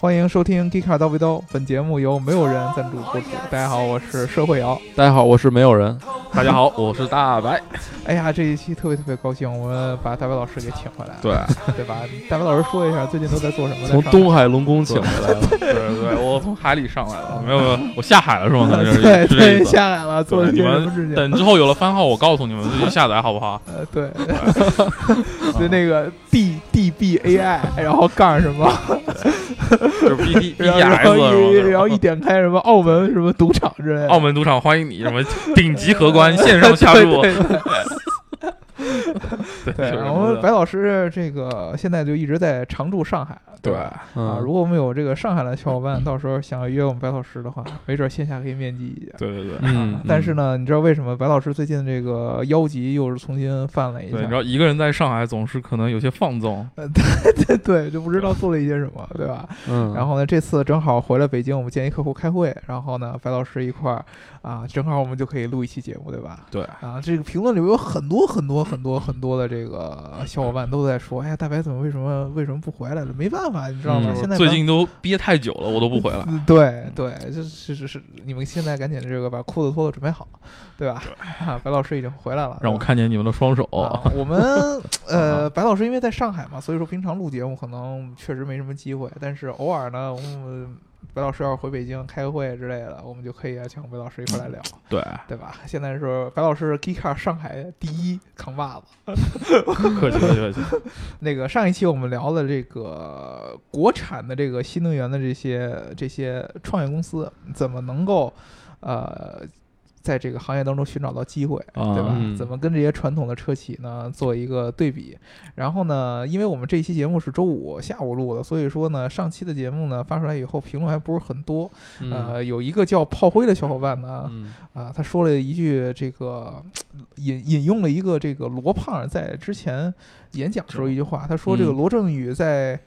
欢迎收听《迪卡叨逼叨》，本节目由没有人赞助播出。大家好，我是社会摇。大家好，我是没有人。大 家好，我是大白。哎呀，这一期特别特别高兴，我们把大白老师给请回来了，对，对吧？大白老师说一下最近都在做什么？从在上东海龙宫请回来了。对对，我从海里上来了，没有没有，我下海了是吗？可能是对是这对意思。下来了，做了你些什么事们情？等之后有了番号，我告诉你们自己下载好 不好？呃，对， 对那个 D D B A I，然后杠什么，就是 B D B 然 D 后然 S 后一是然后吗一？点开什么澳门什么赌场之类的， 澳门赌场欢迎你，什么顶级荷官线上下注，对对对对，就是然后这白老师这个现在就一直在常驻上海，吧？啊，如嗯，果我们有这个上海的小伙伴，到时候想要约我们白老师的话，没准线下可以面基一下。对对对。嗯 但是，呢，你知道为什么白老师最近这个腰疾又是重新犯了一对，你知下？道一个人在上海总是可能有些放纵， 对就不知道做了一些什么，对吧？嗯，然后呢，这次正好回了北京，我们见一客户开会，然后呢，白老师一块儿啊，正好我们就可以录一期节目，对吧？对啊，这个评论里面有很多很多很多很多的这个小伙伴都在说，哎呀，大白怎么为什么为什么不回来了？没办法，你知道吗？嗯现在最白近啊都憋太久了，我都不回来。嗯对对，就是是是，你们现在赶紧这个把裤子脱了，准备好，对吧？ 啊，白老师已经回来了，让我对吧。看见你们的双手，啊，我们呃，白老师因为在上海嘛，所以说平常录节目可能确实没什么机会，但是偶尔呢，我们白老师要是回北京开个会之类的，我们就可以啊，请白老师一块来聊，对，啊对吧？现在是白老师 Gika 上海第一扛把子。客气客气客气。那个上一期我们聊了这个国产的这个新能源的这些这些创业公司怎么能够呃在这个行业当中寻找到机会，啊对吧？嗯怎么跟这些传统的车企呢做一个对比？然后呢，因为我们这一期节目是周五下午录的，所以说呢，上期的节目呢发出来以后评论还不是很多。嗯呃，有一个叫炮灰的小伙伴呢，嗯啊，他说了一句这个引引用了一个这个罗胖在之前演讲时候一句话，他说这个嗯罗振宇在。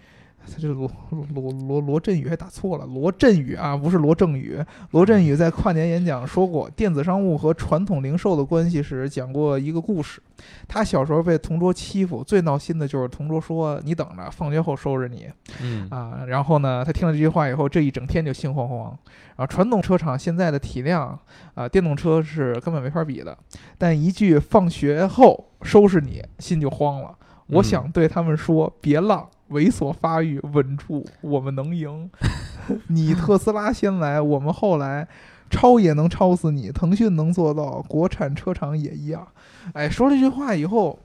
他这罗罗罗罗振宇还打错了，罗振宇啊，不是罗振宇。罗振宇在跨年演讲说过，电子商务和传统零售的关系时讲过一个故事。他小时候被同桌欺负，最闹心的就是同桌说：“你等着，放学后收拾你。”嗯啊，然后呢，他听了这句话以后，这一整天就心慌慌。啊，传统车厂现在的体量啊，电动车是根本没法比的。但一句“放学后收拾你”，心就慌了。我嗯想对他们说，别浪，猥琐发育，稳住，我们能 赢。你特斯拉先来，我们后来。超也能超死你，腾讯能做到，国产车厂也一样。哎，说了这句话以后，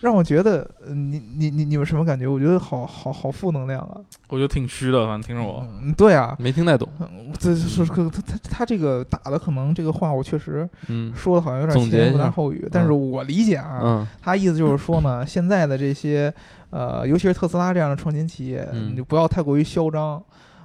让我觉得，呃你你你你们什么感觉？我觉得好好好负能量啊！我觉得挺虚的，反正听着我，嗯，对啊，没听太 懂。嗯这是可他他他这个打的可能这个话我确实嗯说的好像有总点结前言一不搭下后语，但是我理解啊，嗯他意思就是说呢，现在的这些呃，尤其是特斯拉这样的创新企业，嗯你就不要太过于嚣张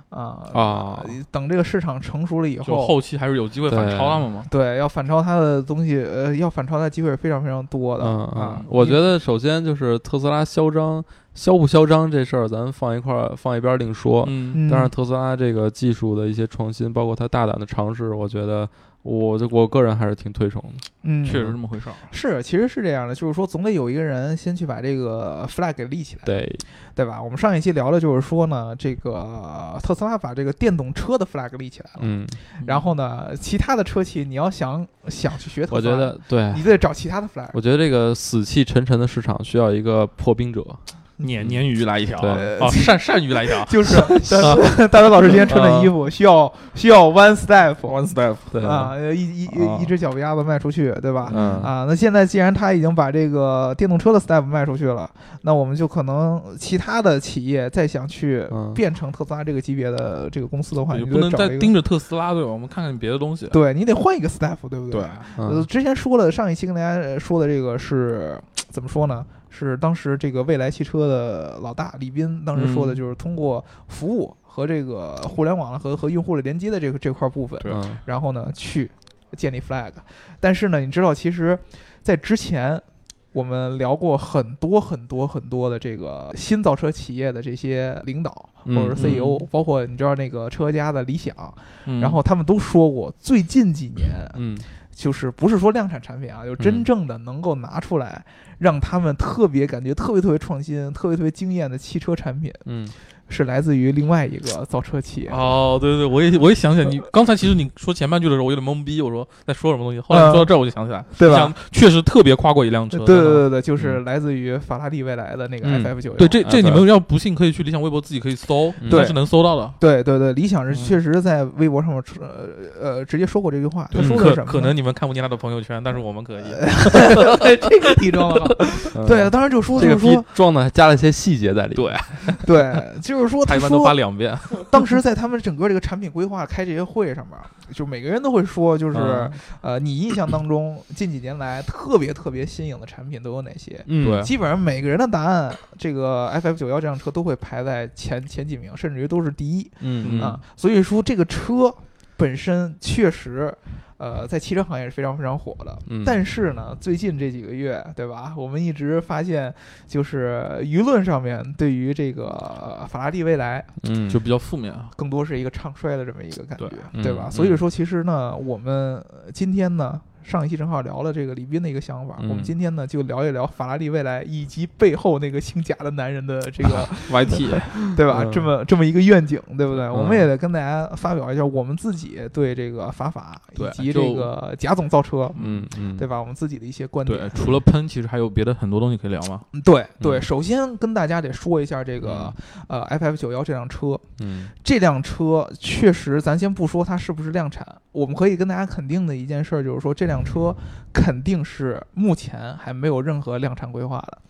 啊、啊，等这个市场成熟了以就后。后期还是有机会反超他们嘛。对，要反超它的东西，呃，要反超它的机会是非常非常多的、嗯啊嗯。。我觉得得首先就是特斯拉嚣张，嚣不嚣张这事儿，咱放一块儿放一边儿另说。嗯，嗯，当然，特斯拉这个技术的一些创新，包括它大胆的尝试，我觉得我就我个人还是挺推崇的。嗯，确实这么回事儿。啊是，其实是这样的，就是说总得有一个人先去把这个 flag 给立起来，对，对吧？我们上一期聊的就是说呢，这个呃特斯拉把这个电动车的 flag 立起来了，嗯，然后呢，其他的车企你要想想去学特我斯拉，觉得对，你得找其他的 flag。，我觉得这个死气沉沉的市场需要一个破冰者，嗯鲶鲶鱼来一条，对哦，鳝鳝鱼来一条 就是大大伟老师今天穿的衣嗯服需要需要 one step one step 对，啊，一一啊一一只脚丫子迈出去，对吧？嗯啊，那现在既然他已经把这个电动车的 step 卖出去了，那我们就可能其他的企业再想去嗯变成特斯拉这个级别的这个公司的话，也你不就能找再一个盯着特斯拉对吧？我们看看别的东西。对你得换一个 staff，对不对？呃，嗯之前说了，上一期跟大家呃说的这个是怎么说呢？是当时这个未来汽车的老大李斌当时说的，嗯就是通过服务和这个互联网和和用户的连接的这个这块部分，对嗯然后呢去建立 flag。但是呢，你知道，其实，在之前我们聊过很多很多很多的这个新造车企业的这些领导或嗯者嗯是 CEO，、包括你知道那个车家的理想，嗯然后他们都说过，最近几年嗯就是不是说量产产品啊，嗯就真正的能够拿出来，让他们特别感觉特别特别创新、特别特别惊艳的汽车产品，嗯是来自于另外一个造车企业。哦，对对对，我也我也想起 来，你刚才其实你说前半句的时候，我有点懵逼，我说在说什么东西。后来你说到这儿，我就想起来，嗯对吧想确实特别夸过一辆车。对真对的嗯对对，就是来自于法拉利未来的那个嗯 FF 九、对，这这 FF 你们要不信可以去理想微博自己可以搜，嗯应该是能搜到的。对对对，理想是嗯确实在微博上面出呃呃直接说过这句话，他嗯说的可是什么呢？呃可能你 们看不见他的朋友圈，但是我们可以。这个题装的好。嗯对，当然就说这就个是逼说，装的还加了一些细节在里面。对，对，就是说他他一般都发说两遍。当时在他们整个这个产品规划开这些会上面，就每个人都会说，就是、嗯呃，你印象当中近几年来特别特别新颖的产品都有哪些？嗯，对基本上每个人的答案，这个 FF 九幺这辆车都会排在前前几名，甚至于都是第一嗯啊嗯。所以说，这个车本身确实，呃，在汽车行业是非常非常火的。嗯，但是呢，最近这几个月，对吧？我们一直发现，就是舆论上面对于这个呃法拉利未来，嗯就比较负面啊。更多是一个唱衰的这么一个感觉，对吧？嗯所以说，其实呢，我们呃今天呢，上一期正好聊了这个李斌的一个想法，嗯我们今天呢就聊一聊法拉利未来以及背后那个姓贾的男人的这 个， YT，对吧？嗯这么这么一个愿景，对不对？嗯我们也得跟大家发表一下我们自己对这个法法以对及就这个贾总造车，嗯嗯，对吧？我们自己的一些观对点，。除了喷，其实还有别的很多东西可以聊吗？嗯对对，嗯首先跟大家得说一下这个呃 FF 九幺这辆车，嗯这辆车确实，咱先不说它是不是量产，我们可以跟大家肯定的一件事儿就是说，这辆车肯定是目前还没有任何量产规划的。呃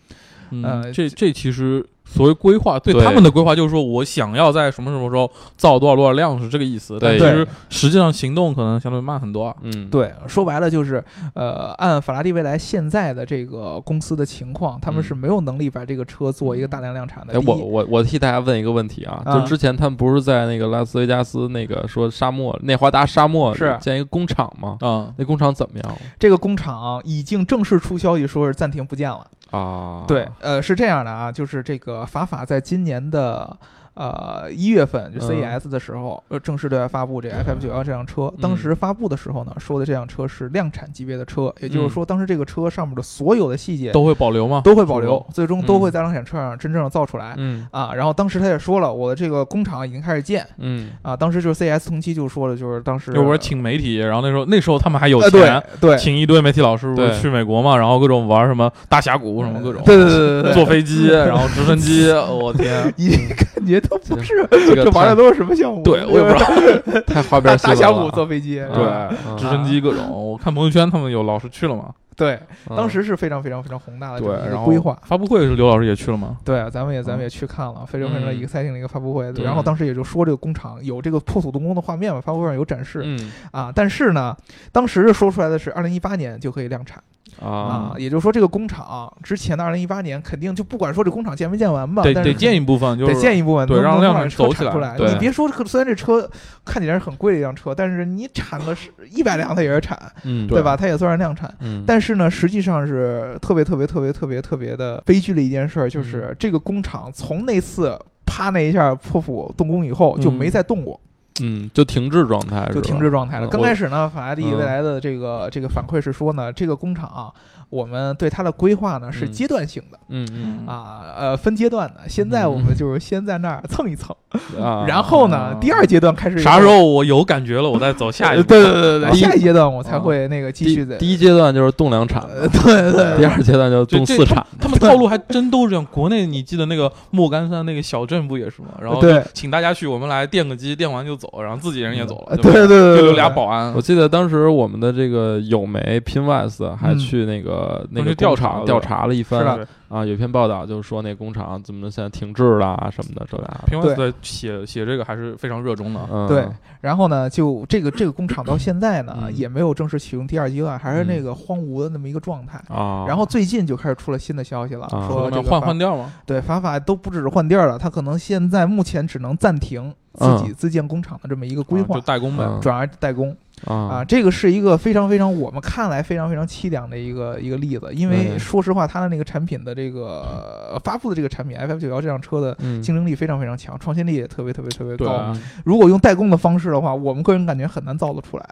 嗯，这这其实所谓规划，对对他们的规划就是说我想要在什么什么时候造多少多少辆是这个意思，对但其实实际上行动可能相对慢很多啊。嗯，对，说白了就是，呃，按法拉利未来现在的这个公司的情况，他们嗯是没有能力把这个车做一个大量量产的。哎，第我一我我替大家问一个问题啊，啊就之前他们不是在那个拉斯维加斯那个说沙漠内华达沙漠是建一个工厂吗？嗯，那工厂怎么样了这个工厂已经正式出消息说是暂停不建了。啊？对，呃，是这样的啊，就是这个法法在今年的呃一月份，就嗯 CES 的时候，呃，正式对外发布这 FF 九幺这辆车。当嗯时发布的时候呢，说的这辆车是量产级别的车，也就是说，当时这个车上面的所有的细节都会保留吗？都会保留是，最终都会嗯在量产车上真正的造出来。嗯啊，然后当时他也说了，我的这个工厂已经开始建嗯啊。当时就是 CES 同期就说了，就是当时要不然请媒体，然后那时候那时候他们还有呃钱对，对请一堆媒体老师不是对去美国嘛，然后各种玩什么大峡谷什么各种，对对对对对，坐飞机，然后直升 机，我天，你感觉都不是这个这玩意太儿都是什么项目？对我也不知道，太花 大边新大闻峡谷了。啊坐飞机，对对嗯直升机各种，我看朋友圈他们有老师去了嘛，对，嗯当时是非常非常非常宏大的这对，么一然个后规划。嗯发布会是刘老师也去了吗？对，咱们也咱们也去看了，非常非常 exciting 的一个发布会。对然后当时也就说这个工厂有这个破土动工的画面嘛，发布会上有展示嗯啊。但是呢，当时说出来的是二零一八年就可以量产啊啊，，也就是说这个工厂之前的二零一八年肯定就不管说这工厂建没建完吧，得啊但得是建一部分，就是得建一部分，对能让能量把产车走产起来出来。对你别说，虽然这车看起来是很贵的一辆车，但是你产个是一百辆它也是产，嗯对？吧？它也算是量产。嗯，但是呢，实际上是特别特别特别特别特别的悲剧的一件事儿，就是嗯这个工厂从那次啪那一下破釜动工以后，嗯就没再动过，嗯就停滞状态是吧，就停滞状态了。嗯刚开始呢，法拉利嗯未来的这个这个反馈是说呢，这个工厂啊我们对它的规划呢是嗯阶段性的嗯嗯啊，呃，分阶段的。现在我们就是先在那儿蹭一蹭，啊，然后呢，第二阶段开始啥时。候我有感觉了，我再走下一 对步。对对对对，第一下一阶段我才会那个继续呃第的。第一阶段就是动两产嘛，呃对对第二阶段就这动这四产，他们他们套路还真都是这样。国内你记得那个莫干山那个小镇不也是吗？然后对请大家去，我们来垫个机，垫完就走，然后自己人也走了，嗯对对对对就对，留对俩。保安我。记得当时我们的这个友媒 Pinwise 还去那个、那当时个调工查厂了调查了一嗯是番的啊，有一篇报道就是说那工厂怎么现在停滞啦、什么的这那的，平凡在写写这个还是非常热衷的啊。嗯，对，然后呢，就这个这个工厂到现在呢，嗯也没有正式启用第二阶段，还是那个荒芜的那么一个状态。啊，然后最近就开始出了新的消息了，啊说我这们个换法换调吗？对法法都不只是换地儿了，他可能现在目前只能暂停自己自建工厂的这么一个规啊划就，代工呗。嗯转而代工。啊，啊，这个是一个非常非常我们看来非常非常凄凉的一个一个例子，因为嗯说实话，它的那个产品的这个呃发布的这个产品 FF 九幺这辆车的嗯，竞争力非常非常强，创新力也特别特别特别对高。啊如果用代工的方式的话，我们个人感觉很难造得出来，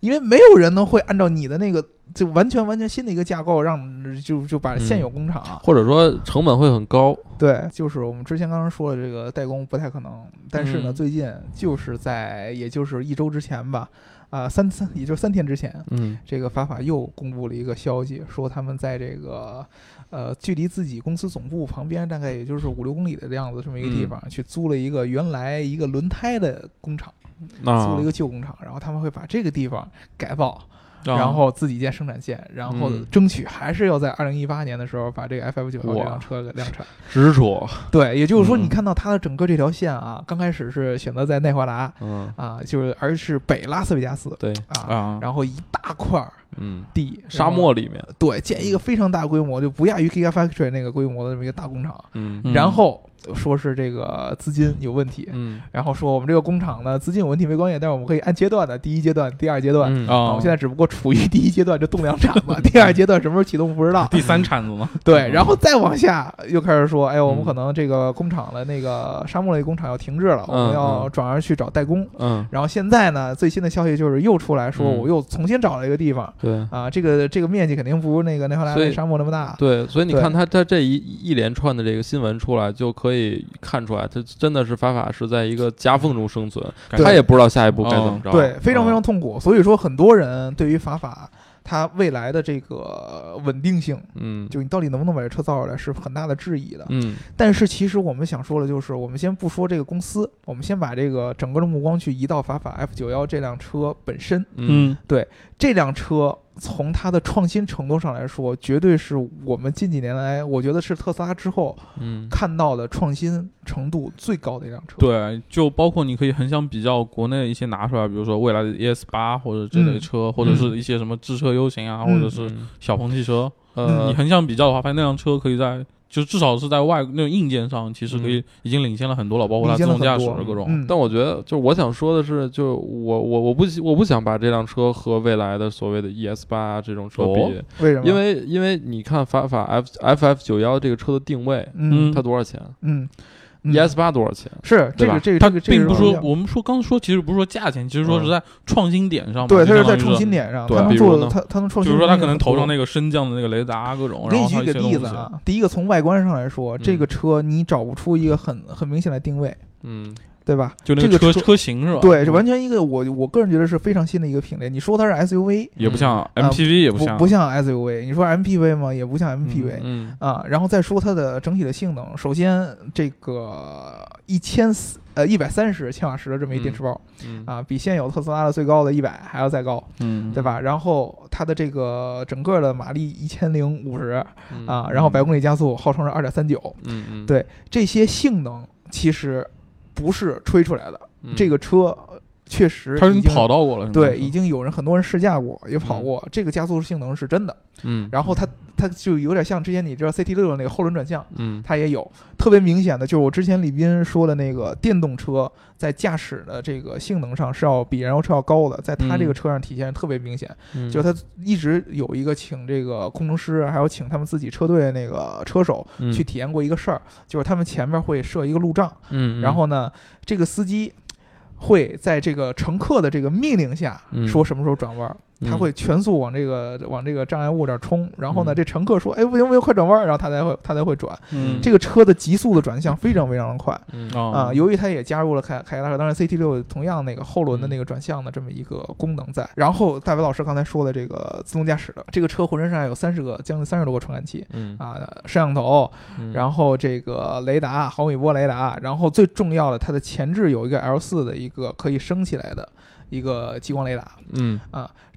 因为没有人能会按照你的那个就完全完全新的一个架构让就就把现有工厂、或者说成本会很高，对，就是我们之前刚刚说的这个代工不太可能，但是呢，嗯最近就是在也就是一周之前吧，啊、三三也就是三天之前，嗯这个法法又公布了一个消息，说他们在这个呃距离自己公司总部旁边大概也就是五六公里的样子这么一个地嗯方，去租了一个原来一个轮胎的工厂，租啊了一，个旧工厂，然后他们会把这个地方改造，啊然后自己建生产线，然后嗯争取还是要在二零一八年的时候把这个 FF 九幺这辆 车给量产。执着，对，也就是说，你嗯看到它的整个这条线啊，刚开始是选择在内华达嗯，啊，就是而是北拉斯维加斯对，啊，啊，然后一大块儿嗯，地沙，漠里面，然后对，建一个非常大规模，就不亚于 Gigafactory 那个规模的这么一个大工厂，嗯嗯然后说是这个资金有问题。嗯然后说我们这个工厂呢资金有问题没关系，但是我们可以按阶段的，第一阶段、第二阶段，嗯啊，啊，我现在只不过处于第一阶段，就动两产 嘛，第二阶段什么时候启动不知道。第三铲子嘛，对，然后再往下又开始说，哎，我们嗯可能这个工厂的那个沙漠类工厂要停滞了，我们嗯要嗯转而去找代工。嗯，然后现在呢，最新的消息就是又出来说，嗯我又重新找了一个地方对。啊，这个这个面积肯定不如那个内华达所以那沙漠那么大。对，所以你对看他他这一一连串的这个新闻出来，就可以看出来，他真的是法法是在一个夹缝中生存，感觉他也不知道下一步该怎么着。对，非常非常嗯痛苦。所以说，很多人对于法法它未来的这个稳定性，嗯就你到底能不能把这车造出来，是很大的质疑的。嗯但是其实我们想说的就是，我们先不说这个公司，我们先把这个整个的目光去移到法法 F 九幺这辆车本身。嗯，这辆车从它的创新程度上来说，绝对是我们近几年来，我觉得是特斯拉之后嗯看到的创新程度最高的一辆车。对，就包括你可以横向比较国内一些拿出来，比如说未来的 ES 八或者这类车，或者是一些什么智车 U 型啊，嗯或者是小鹏汽车，嗯你呃横向比较的话，发现那辆车可以在就至少是在外那种硬件上，其实可以已经领先了很多了，包括它自动驾驶的各种，嗯，但我觉得，就我想说的是，就我我我不喜我不想把这辆车和未来的所谓的 ES 八、啊这种车比，哦为什么？因为因为你看法法 F F F 九幺这个车的定位，嗯它多少钱、嗯 e s 八多少钱？是这对个吧这个它这个啊这并个不是说这样我们说刚说，其实不是说价钱，其实说是在创新点上嘛，嗯对，它它是在创新，点上，对它能比如做的，呢它它能创就新的东西很多。是说它可能头上那个升降的那个雷达啊各种，我给然你后举它一个例一些东西子，啊，第一个从外观上来说，这嗯个车你找不出一个很很明显的定位，嗯对吧？就那这个车车车嗯型是吧？对，是完全一个我我个人觉得是非常新的一个品类。你说它是 SUV，也不像嗯 MPV，也不像不像 SUV；你说 MPV 吗？也不像 MPV、嗯啊。然后再说它的整体的性能，首先这个一千四呃一百三十千瓦时的这么一电池包、嗯啊，比现有特斯拉的最高的一百还要再高，嗯对吧？然后它的这个整个的马力一千零五十嗯啊，然后百公里加速号称是二点三九，嗯嗯，对这些性能其实不是吹出来的，嗯这个车呃确实它已已经经跑到嗯过了，对，已经有人很多人试驾过，也跑过，这个加速性能是真的。嗯然后它它就有点像之前你知道 CT 六的那个后轮转向，嗯它也有特别明显的，就是我之前李斌说的那个电动车在驾驶的这个性能上是要比燃油车要高的，在它这个嗯车上体现得特别明显。嗯就它一直有一个请这个工程师，还有请他们自己车队的那个车手嗯去体验过一个事儿，就是他们前面会设一个路障，嗯，嗯然后呢，这个司机会在这个乘客的这个命令下嗯说什么时候转弯儿，他嗯会全速往这个往这个障碍物这儿冲。然后呢，嗯这乘客说：“哎，不行不行，快转弯儿！”然后他才会他才会转。嗯这个车的急速的转向非常非常的快嗯啊！啊由于它也加入了凯凯迪拉克，当然 CT 六同样那个后轮嗯的那个转向的这么一个功能在。然后大伟老师刚才说的这个自动驾驶的这个车，浑身上下有三十个将近三十多个传感器。嗯，啊，摄像头，嗯然后这个雷达毫米波雷达，然后最重要的，它的前置有一个 L 4的一个可以升起来的一个激光雷达，啊嗯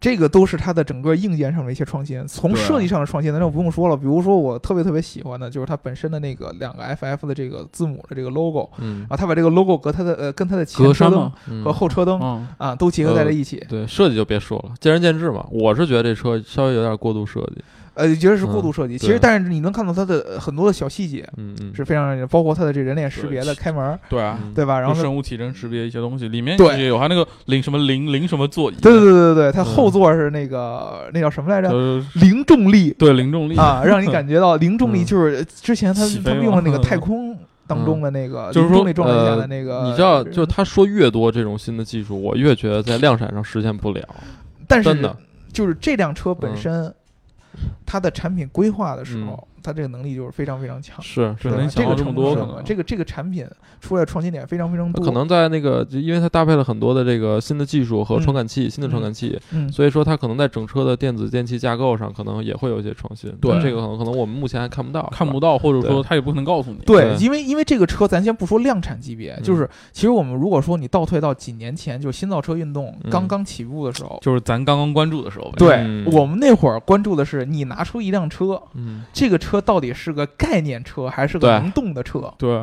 这个都是它的整个硬件上的一些创新。从对设计上的创新，那就不用说了。比如说我特别特别喜欢的就是它本身的那个两个 FF 的这个字母的这个 logo，嗯啊，它把这个 logo 和它的呃跟它的前格车栅灯嘛，嗯和后车灯嗯，啊都结合在了一起。对设计就别说了，见仁见智嘛。我是觉得这车稍微有点过度设计，呃，觉得是过度嗯设计。其对实，但是你能看到它的呃很多的小细节嗯嗯，是非常让人，包括它的这人脸识对别的开门儿，对啊，嗯对吧？然用后它。生物体征识别一些东西，里面对也有它那个零什么零零什么座椅，啊对对对对对，它嗯后座是那个那叫什么来着？呃，零重力对零重力啊，让你感觉到零重力嗯就是之前他起他飞们用的那个了太空当中的那个就是零说重力状态下呃的那个，你知道，就他说越多这种新的技术，我越觉得在量产上实现不了，啊但真是的。就是这辆车本嗯身，它的产品规划的时候，它这个能力就是非常非常强。是只对吧能这想个到这程么度多，是可什么？能这个这个产品出来创新点非常非常多，可能在那个，就因为它搭配了很多的这个新的技术和嗯传感器，新的传感器，嗯，所以说它可能在整车的电子电器架构上，可能也会有一些创新。对但这个可能可能我们目前还看不到，看是不吧到，或者对说它也不能告诉你。对对，因为因为这个车，咱先不说量产级别，嗯就是其实我们如果说你倒退到几年前，就是新造车运动嗯刚刚起步的时候，就是咱刚刚关注的时候呗。对、嗯我们那会儿关注的是你拿出一辆车，嗯，这个车到底是个概念车还是个对能动的车？对，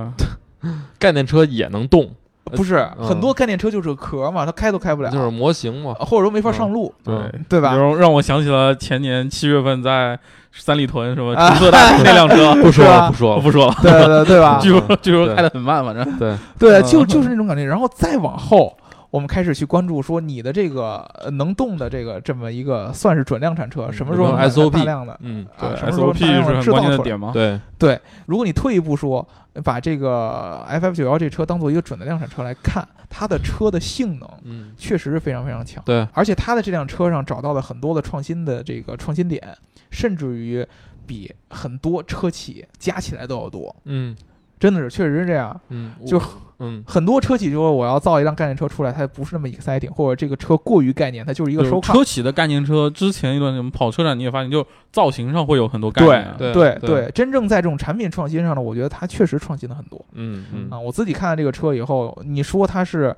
概念车也能动，不是，嗯很多概念车就是个壳嘛，它开都开不了，就是模型嘛。或者说没法上路，嗯 对对吧？然后让我想起了前年七月份在三里屯什么啊橙 色大厅那辆车，不说是吧了，不说我了。不说了，对对对啊对 吧？据说嗯据说对开的很慢，反正对，对，嗯就就是那种感觉。然后再往后，我们开始去关注说你的这个呃能动的这个这么一个算是准量产车，嗯什么时候有能把没有它 SOP 大量的？嗯，啊对什么时候能 SOP 是把它很制造关键出的来点嘛。对，如果你退一步说，把这个 FF 九幺这车当做一个准的量产车来看，它的车的性能嗯，确实是非常非常强。对，而且它的这辆车上找到了很多的创新的这个创新点，甚至于比很多车企加起来都要多，嗯真的是确实是这样。嗯，就我嗯，很多车企就说我要造一辆概念车出来，它不是那么 exciting，或者这个车过于概念，它就是一一个收看。车企的概念车，之前一段什么跑车展，你也发现，就造型上会有很多概念啊。对对对，真正在这种产品创新上呢，我觉得它确实创新了很多嗯啊。嗯，我自己看了这个车以后，你说它是，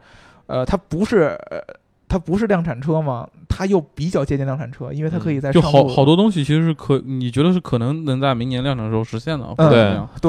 呃，它不是，呃，它不是量产车吗？它又比较接近量产车，因为它可以在嗯就上好路好多东西其实是可，你觉得是可能能在明年量产的时候实现的啊，嗯或者对怎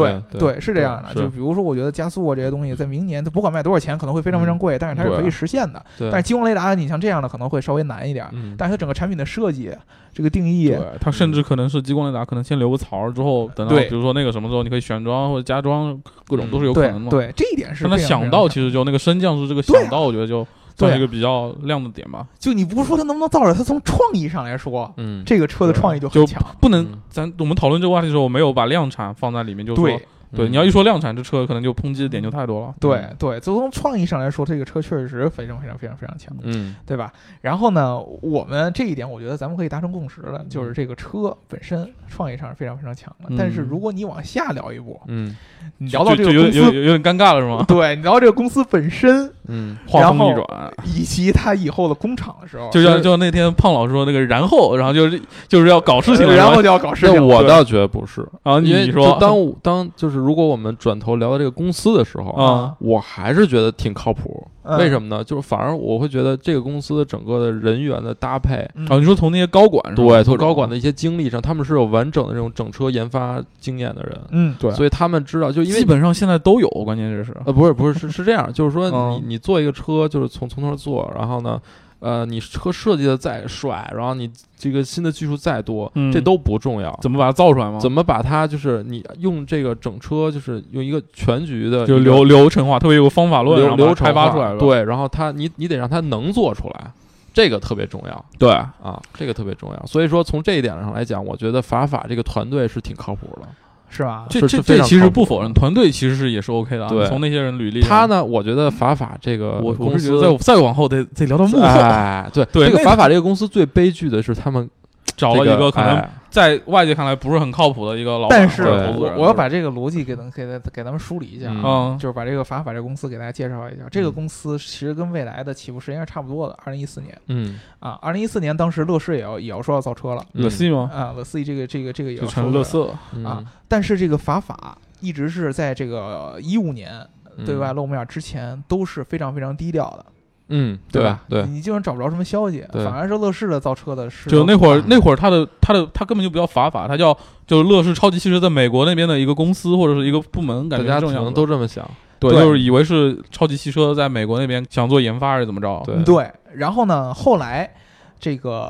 么样对对是这样的。是就比如说，我觉得加速啊这些东西，在明年它不管卖多少钱，可能会非常非常嗯贵，但是它是对啊可以实现的。对，但是激光雷达，你像这样的可能会稍微难一点，嗯但是它整个产品的设计、这个定义，对，它甚至可能是激光雷达，可能先留个槽儿，之后等到对比如说那个什么时候，你可以选装或者加装，各种嗯都是有可对能的嘛。对，这一点是让他非常想非到，常其实就那个升降是这个对啊想到，我觉得就对算啊是一个比较亮的点吧。就你不是说它能不能造出来，它从创意上来说，嗯，这个车的对啊创意就很就强。不能嗯，咱我们讨论这个话题的时候，我没有把量产放在里面，就是说对，对，你要一说量产，这车可能就抨击的点就太多了。对对，就从创意上来说，这个车确实非常非常非常非常强，嗯对吧？然后呢，我们这一点我觉得咱们可以达成共识了，就是这个车本身创意上是非常非常强的。但是嗯嗯如果你往下聊一步，嗯你就聊到这个就就有公有有司，有有点尴尬了 是吗？对你聊到这个公司本身嗯话然锋后一转，以及它以后的工厂的时候，就像是就那天胖老师说那个，然后然后就是就是要搞事情了，呃然后是吧就要搞事情那了。我对倒觉得不是，然后因为你就说当当就是如果我们转头聊到这个公司的时候啊我还是觉得挺靠谱。嗯为什么呢？就是反而我会觉得这个公司的整个的人员的搭配，嗯啊，你说从那些高管是吧对，从高管的的一些经历上，他们是有完整的这种整车研发经验的人，嗯，对所以他们知道，就因为基本上现在都有，关键这是呃，不是不是是是这样，就是说你嗯你做一个车，就是从从头做，然后呢，呃，你车设计的再帅，然后你这个新的技术再多，嗯这都不重要。怎么把它造出来吗？怎么把它就是你用这个整车，就是用一个全局的就一个流流程化，特别有个方法论，然流后流把它程开发化出来了。对，然后它你你得让它能做出来，这个特别重要对，啊，这个特别重要。所以说从这一点上来讲，我觉得法法这个团队是挺靠谱的。是吧？这是这是非这常其实靠谱不否认，团队其实是也是 OK 的啊。对你从那些人履历，他？呢，我觉得法法这个呃我公我是觉司得再再往后得得聊到 幕后，哎，对，对这个那法法这个公司最悲剧的是他们 找了一个个可能哎在外界看来不是很靠谱的一个老板但或是对者投资我人。我要把这个逻辑给咱给咱给咱们梳理一下啊，嗯就是把这个法法这公司给大家介绍一下。这个公司其实跟未来的起步时间是差不多的，二零一四年嗯啊，二零一四年当时乐视也要也要说要造车了嗯乐西吗？啊，乐视这个这个这个也哦就要成说乐了，色，啊嗯但是这个法法一直是在这个一五年嗯对外露面之前都是非常非常低调的，嗯，对吧吧？？对，你基本上找不着什么消息，对反而是乐视的造车的是就那会儿嗯那会儿他的他的他根本就不叫法法，他叫就是乐视超级汽车在美国那边的一个公司或者是一个部门，感大觉家是可重要能的都这么想，对，对就是以为是超级汽车在美国那边想做研发还是怎么着？对对，然后呢，后来这个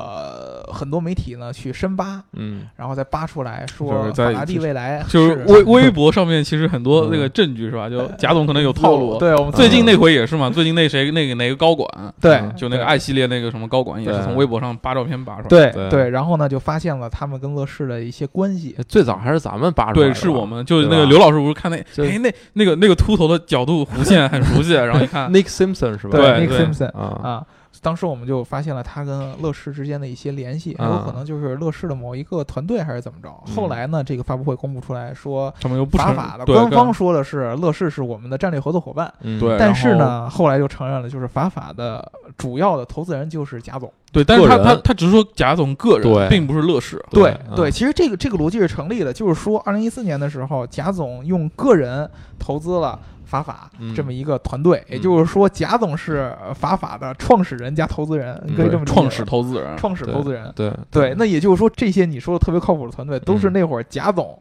呃很多媒体呢去深扒，嗯，然后再扒出来就说是在法拉第未来就是微微博上面其实很多嗯那个证据是吧？就贾总可能有套路。呃嗯对我们最近那回也是嘛，最近那谁那个哪个高管，对嗯就那个对 i 系列那个什么高管也是对从微博上扒照片扒出来。对对对，然后呢就发现了他们跟乐视的一些关系，最早还是咱们扒出来的吧对，是我们，就是对吧那个刘老师不是看那就哎那那个那个秃头的角度弧线很 熟悉，啊然后一 看 Nick Simpson 是吧？对 Nick 对 Simpson 啊，啊。当时我们就发现了他跟乐视之间的一些联系，很哎有啊可能就是乐视的某一个团队还是怎么着。嗯后来呢，这个发布会公布出来说，他们又不承法认法的对官方跟说的是乐视是我们的战略合作伙伴，嗯对但是然呢，后来就承认了，就是法法的主要的投资人就是贾总。对，但是他个他人他只是说贾总个对人，并不是乐视。对嗯对，其实这个这个逻辑是成立的，就是说，二零一四年的时候，贾总用个人投资了。法法嗯这么一个团队，也就是说，贾总是呃法法的创始人加投资人，嗯可以这么理解创始投资人，创始投资人。对对，那也就是说，这些你说的特别靠谱的团队，都是那会儿贾总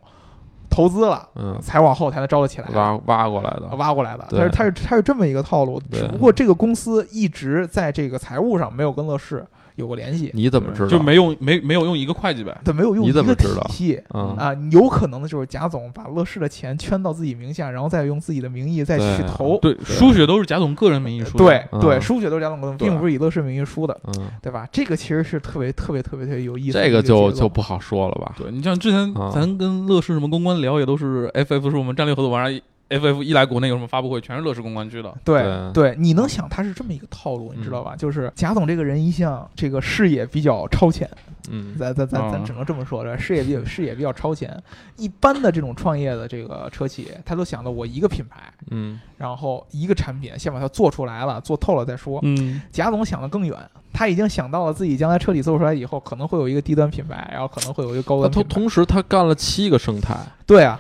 投资了，嗯，才往后才能招得起来的。挖挖过来的，挖过来的，对它是它是它是这么一个套路，对只不过这个公司一直在这个财务上没有跟乐视有过联系，你怎么知道？就没用没没有用一个会计呗。它没有用一你怎么个体知道系嗯啊，有可能的就是贾总把乐视的钱圈到自己名下，然后再用自己的名义再对去投，对，输血都是贾总个人名义输的。对嗯对，输血都是贾总跟，对并不是以乐视名义输的，嗯，对吧？这个其实是特别特别特别特别有意思的这一个个结就构，就不好说了吧？对你像之前啊咱跟乐视什么公关聊，也都是 FF 是我们战略合作玩意儿，FF 一来国内有什么发布会，全是乐视公关去的。对对嗯对，你能想他是这么一个套路，你知道吧？就是贾总这个人一向这个视野比较超前。嗯，咱咱咱咱啊只能这么说，这视野比 较视野比较超前。一般的这种创业的这个车企，他都想到我一个品牌，嗯，然后一个产品，先把它做出来了，做透了再说。嗯，贾总想的更远，他已经想到了自己将来车企做出来以后，可能会有一个低端品牌，然后可能会有一个高他端品同牌。同时他干了七个生态，对啊，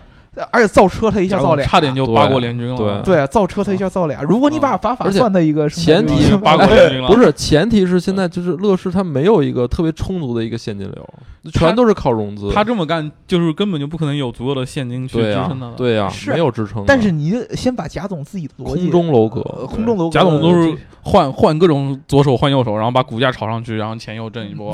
而且造车他一下贾造总俩，差点就对八国联军了。对对啊造车他一下造俩。如果你把法法啊而且算在一个生态前里提面是八国联军了。不是前提是现在就是乐视它没有一个特别充足的一个现金流，全都是靠融资，他这么干，就是根本就不可能有足够的现金去支对呀撑他的。，对呀，是没有支撑的，但是你先把贾总自己的逻辑空中楼阁呃空中楼阁，贾总都是换换各种左手换右手，然后把股价炒上去，然后钱又挣一波。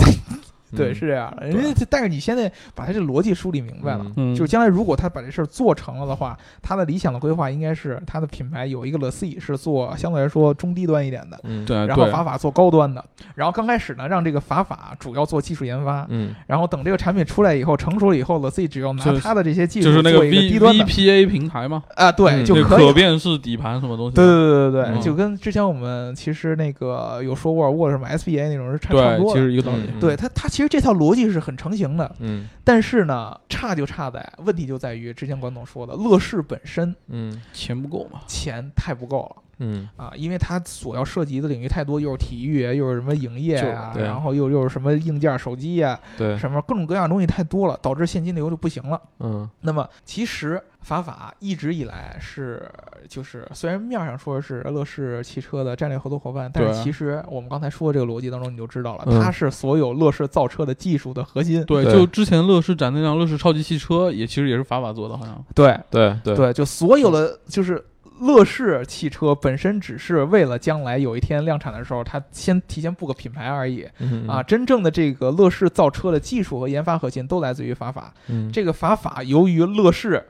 对，嗯是这样的。对人家但是你现在把他这逻辑梳理明白了，嗯嗯，就是将来如果他把这事儿做成了的话，他的理想的规划应该是他的品牌有一个 Le C 是做相对来说中低端一点的，嗯，对然后呃对法法做高端的，然后刚开始呢让这个法法主要做技术研发，嗯，然后等这个产品出来以后成熟了以后，Le C 只要拿就是他的这些技就术是那个做一 V 低端 V 的 P A 平台嘛，啊，对嗯就那可以可了。变式底盘什么东西的。对对对对对，嗯就跟之前我们其实那个有说沃尔沃什么 SBA 那种是差差不对，多其的。实一个道理。嗯对，他，他其实这套逻辑是很成型的，嗯但是呢，差就差在问题就在于之前管总说的，乐视本身嗯钱不够嘛。钱太不够了。嗯，啊，因为它所要涉及的领域太多，又是体育，又是什么影业啊，就对然后又又是什么硬件、手机呀、嗯对，什么各种各样的东西太多了，导致现金流就不行了。嗯那么其实法法一直以来是，就是虽然面上说是乐视汽车的战略合作伙伴，但对是啊其实我们刚才说的这个逻辑当中，你就知道了，嗯它是所有乐视造车的技术的核心。对，对就之前乐视展那辆乐视超级汽车，也其实也是法法做的，好像。对，对对对，就所有的就是乐视汽车本身只是为了将来有一天量产的时候，它先提前布个品牌而已嗯啊。，真正的这个乐视造车的技术和研发核心都来自于法法。嗯这个法法由于乐视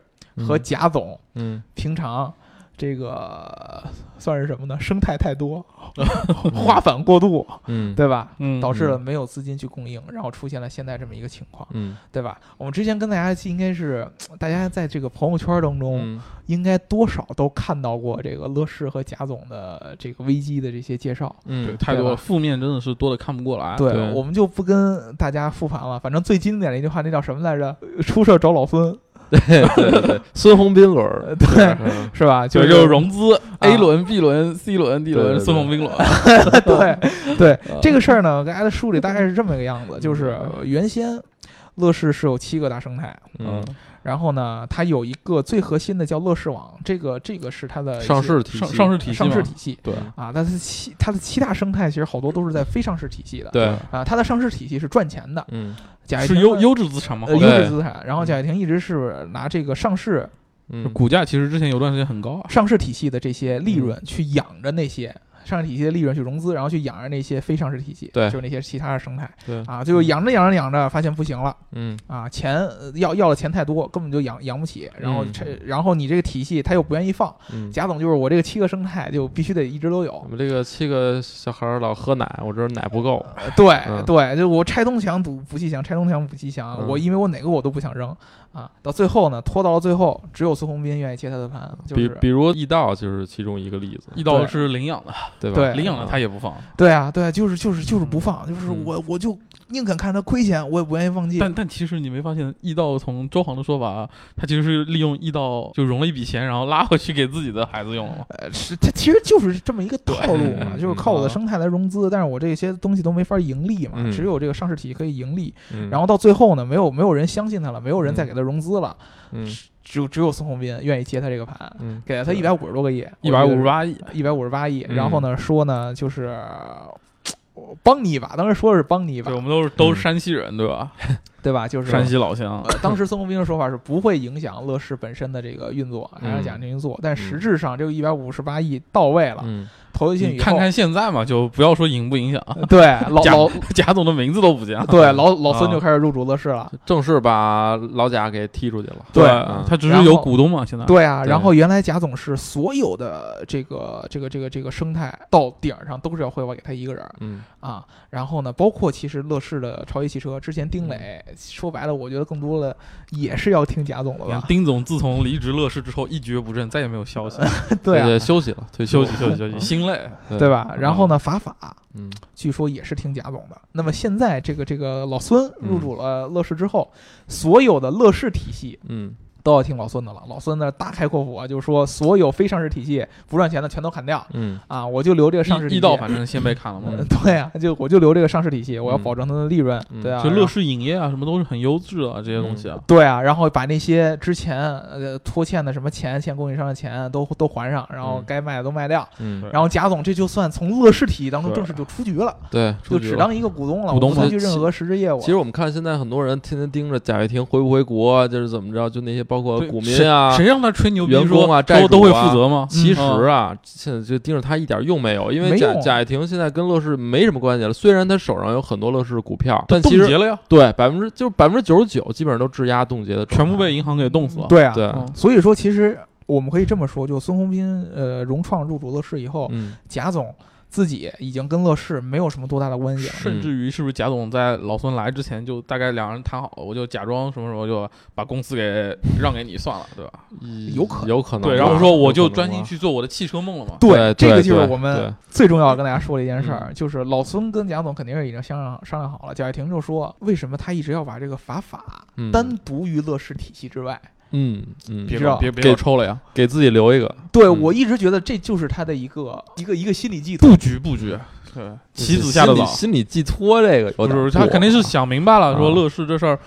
和贾总嗯平常。这个呃算是什么呢？生态太 多，花粉过度，嗯对吧？嗯导致了没有资金去供应，然后出现了现在这么一个情况，嗯对吧？我们之前跟大家应该是，呃大家在这个朋友圈当中，嗯应该多少都看到过这个乐视和贾总的这个危机的这些介绍。对，嗯太多对吧了，负面真的是多的看不过来。对，啊对我们就不跟大家复盘了。反正最经典的一句话，那叫什么来着？呃出事儿找老孙，对对对，孙宏斌轮儿，呃对，嗯是吧？就是就是融资 A 轮、B 轮、C 轮、D 对轮、对孙宏斌轮。 对对嗯这个事儿呢，给大家的梳理大概是这么个样 子，就是呃原先乐视是有七个大生态，嗯然后呢，它有一个最核心的叫乐视网，这个这个是它的一些上市体上系上市体系嘛，上市体系对啊，但是七它的七大生态其实好多都是在非上市体系的。对，啊，它的上市体系是赚钱的，嗯贾跃亭是优优质资产嘛，哎呃后优来对质资产。然后贾跃亭一直是拿这个上市嗯股价其实之前有段时间很高啊。嗯上市体系的这些利润去养着那些上市体系的利润去融资，然后去养着那些非上市体系，对就是那些其他的生态对，啊，最后养着养着养着，发现不行了嗯，啊，钱呃要要的钱太多，根本就养养不起，然后嗯这、然后你这个体系他又不愿意放，嗯，贾总就是我这个七个生态就必须得一直都有我，们这个七个小孩儿老喝奶，我这儿奶不够，呃对、嗯对，就我拆东墙补补西墙，拆东墙补西墙，嗯我因为我哪个我都不想扔啊，到最后呢，拖到了最后，只有孙宏斌愿意接他的盘，就嗯比是比如易道就是其中一个例子，一刀对是领养的，对吧？对领养的他也不放，对啊对啊，就是就是就是不放，就是嗯我我就宁肯看他亏钱，我也不愿意放弃。但但其实你没发现，易道从周航的说法，他其实是利用易道就融了一笔钱，然后拉回去给自己的孩子用了嘛。呃，是，它其实就是这么一个套路嗯嘛，嗯就是靠我的啊生态来融资，但是我这些东西都没法盈利嘛，嗯只有这个上市体系可以盈利。嗯然后到最后呢，没有没有人相信他了，没有人再给他融资了，嗯只有只有孙宏斌愿意接他这个盘，嗯，给了他一百五十多个亿，一百五十八亿，一百五十八亿，嗯然后呢说呢就是我帮你一把，当时说是帮你一把对，，我们都是都嗯是山西人，对吧？对吧？就是山西老乡，呃，当时孙宏斌的说法是不会影响乐视本身的这个运作，嗯然后奖金运作，但实质上这个一百五十八亿到位了，嗯，投进去你以看后，呃看现在嘛，就不要说影不影响，对老贾老贾总的名字都 不见了。对老老孙啊就开始入主乐视了，正式把老贾给踢出去了，对嗯他只然是后有股东嘛，现在。对啊，对然后原来贾总是所有的这个这个这个这个生态到顶儿上都是要汇报给他一个人儿嗯啊，然后呢，包括其实乐视的超级汽车之前丁磊，说白了，我觉得更多的也是要听贾总的你看吧，丁总自从离职乐视之后一蹶不振，再也没有消息， 对啊，对，休息了，退休息息休息休息，心累。对？吧？然后呢，法法。嗯据说也是听贾总的。那么现在这个这个老孙入主了乐视之后，所有的乐视体系嗯都要听老孙的了。老孙呢大开阔斧啊，就是说所有非上市体系不赚钱的全都砍掉嗯啊，我就留这个上市易体易道系。反正先被砍了嘛，嗯 对啊，就我就留这个上市体系，我要嗯保证它的利润，嗯对啊，就然乐后视影业啊，什么都是很优质的啊，这些东西啊。对啊，然后把那些之前呃拖欠的什么钱、欠供应商的钱都都还上，然后嗯该卖的都卖掉，嗯，对然后贾总这就算从乐视体系当中对正式就出局了，对，就出局只了当一个股东了，股东我不参嘛与任何实质业务其。实我们看现在很多人天天盯着贾跃亭回不回国啊，就是怎么着，就那些包括对股民谁啊。谁让他吹牛逼员工说啊债都主都会啊负责吗？其实嗯啊，现在就盯着他一点用没有，因为没贾用贾跃亭现在跟乐视没什么关系了。虽然他手上有很多乐视股票，但冻其结实嗯了呀，对百分之就是百分之九十九基本上都质押冻结的状态，全部被银行给冻死了。对啊，对，嗯所以说，其实我们可以这么说，就孙宏斌呃融创入主乐视以后，嗯贾总自己已经跟乐视没有什么多大的关系了。甚至于是不是贾总在老孙来之前就大概两人谈好了，我就假装什么什么就把公司给让给你算了，对吧？有可能嗯有可能吧，对，然后说啊我有就可能专心吧，去做我的汽车梦了嘛。对这个对就是对我们对嗯最重要要跟大家说的一件事儿，就是老孙跟贾总肯定是已经商量商量好了。贾跃亭就说，为什么他一直要把这个法法嗯单独于乐视体系之外？嗯嗯，别知道别别给老抽了呀！给自己留一个，对嗯我一直觉得这就是他的一个一个一个心理寄托布。局布局，对，棋子下的心早理，心理寄托这个有就点是过，他肯定是想明白了，说啊乐视这事儿，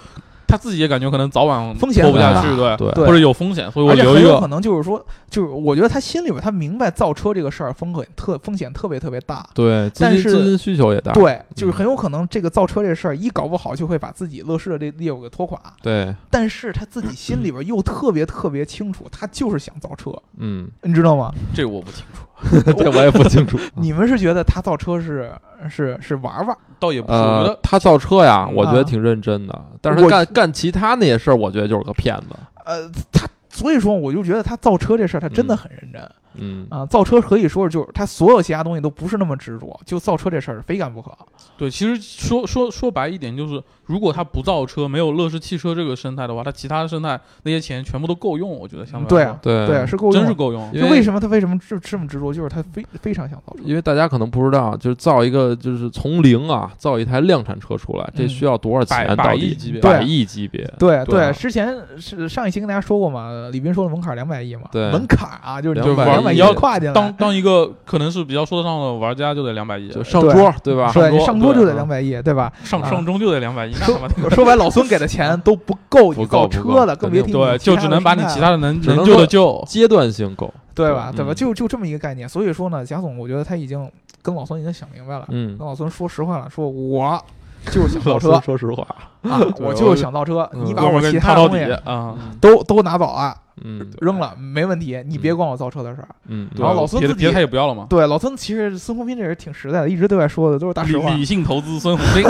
他自己也感觉可能早晚风险活不很下大去，对，对对或者有风险，所以我而且留一很有可个。能就是说，就是我觉得他心里边他明白造车这个事儿风险特风险特别特别大，对，资但金是资金需求也大，对，就是很有可能这个造车这事儿一搞不好就会把自己乐视的这业务给拖垮，对，但是他自己心里边又特别特别清楚，他就是想造车， 嗯，你知道吗？这个我不清楚，这我也不清楚。你们是觉得他造车是是是玩玩，倒也不是，我觉呃得，他造车呀，我觉得啊挺认真的，但是他我干干其他那些事儿，我觉得就是个骗子。呃，他所以说我就觉得他造车这事儿他真的嗯很认真、嗯，啊，造车可以说是就是他所有其他东西都不是那么执着，就造车这事儿非干不可。对，其实说说说白一点，就是如果他不造车，没有乐视汽车这个生态的话，他其他的生态那些钱全部都够用，我觉得相对对来啊说，对对，是够用真的是。够用。嗯因就为为什么他为什么这这么执着？就是他非非常想造车。因为大家可能不知道，就是造一个就是从零啊造一台量产车出来，这嗯需要多少钱？百到百底亿级别百对亿级别。对对啊之前是上一期跟大家说过嘛，李斌说的门槛两百亿嘛，对门槛啊，就是你200玩亿亿要跨进来，当当一个可能是比较说得上的玩家，就得两百亿，就上对桌，对吧？对桌你上桌就得对啊两百亿，对吧？上啊上中就得两百亿，那他妈的说白，老孙给的钱都不够你不够造车的，不够更别提你对，其他就的只能把你生态其了他的能只能能救说的救。阶段性够，对吧？嗯对吧？就就这么一个概念。所以说呢，贾总，我觉得他已经跟老孙已经想明白了。嗯跟，老孙说实话了，说我就是想造车说说实话，啊，我就是想造车，嗯你把哥们儿我跟其你他套到东底西嗯啊！都都拿走啊，嗯扔了没问题，你别管我造车的事儿。嗯，然后老孙别的自己别的他也不要了嘛。对，老孙其实孙宏斌这人挺实在的，一直对外说的都是大实话理。理性投资孙宏斌，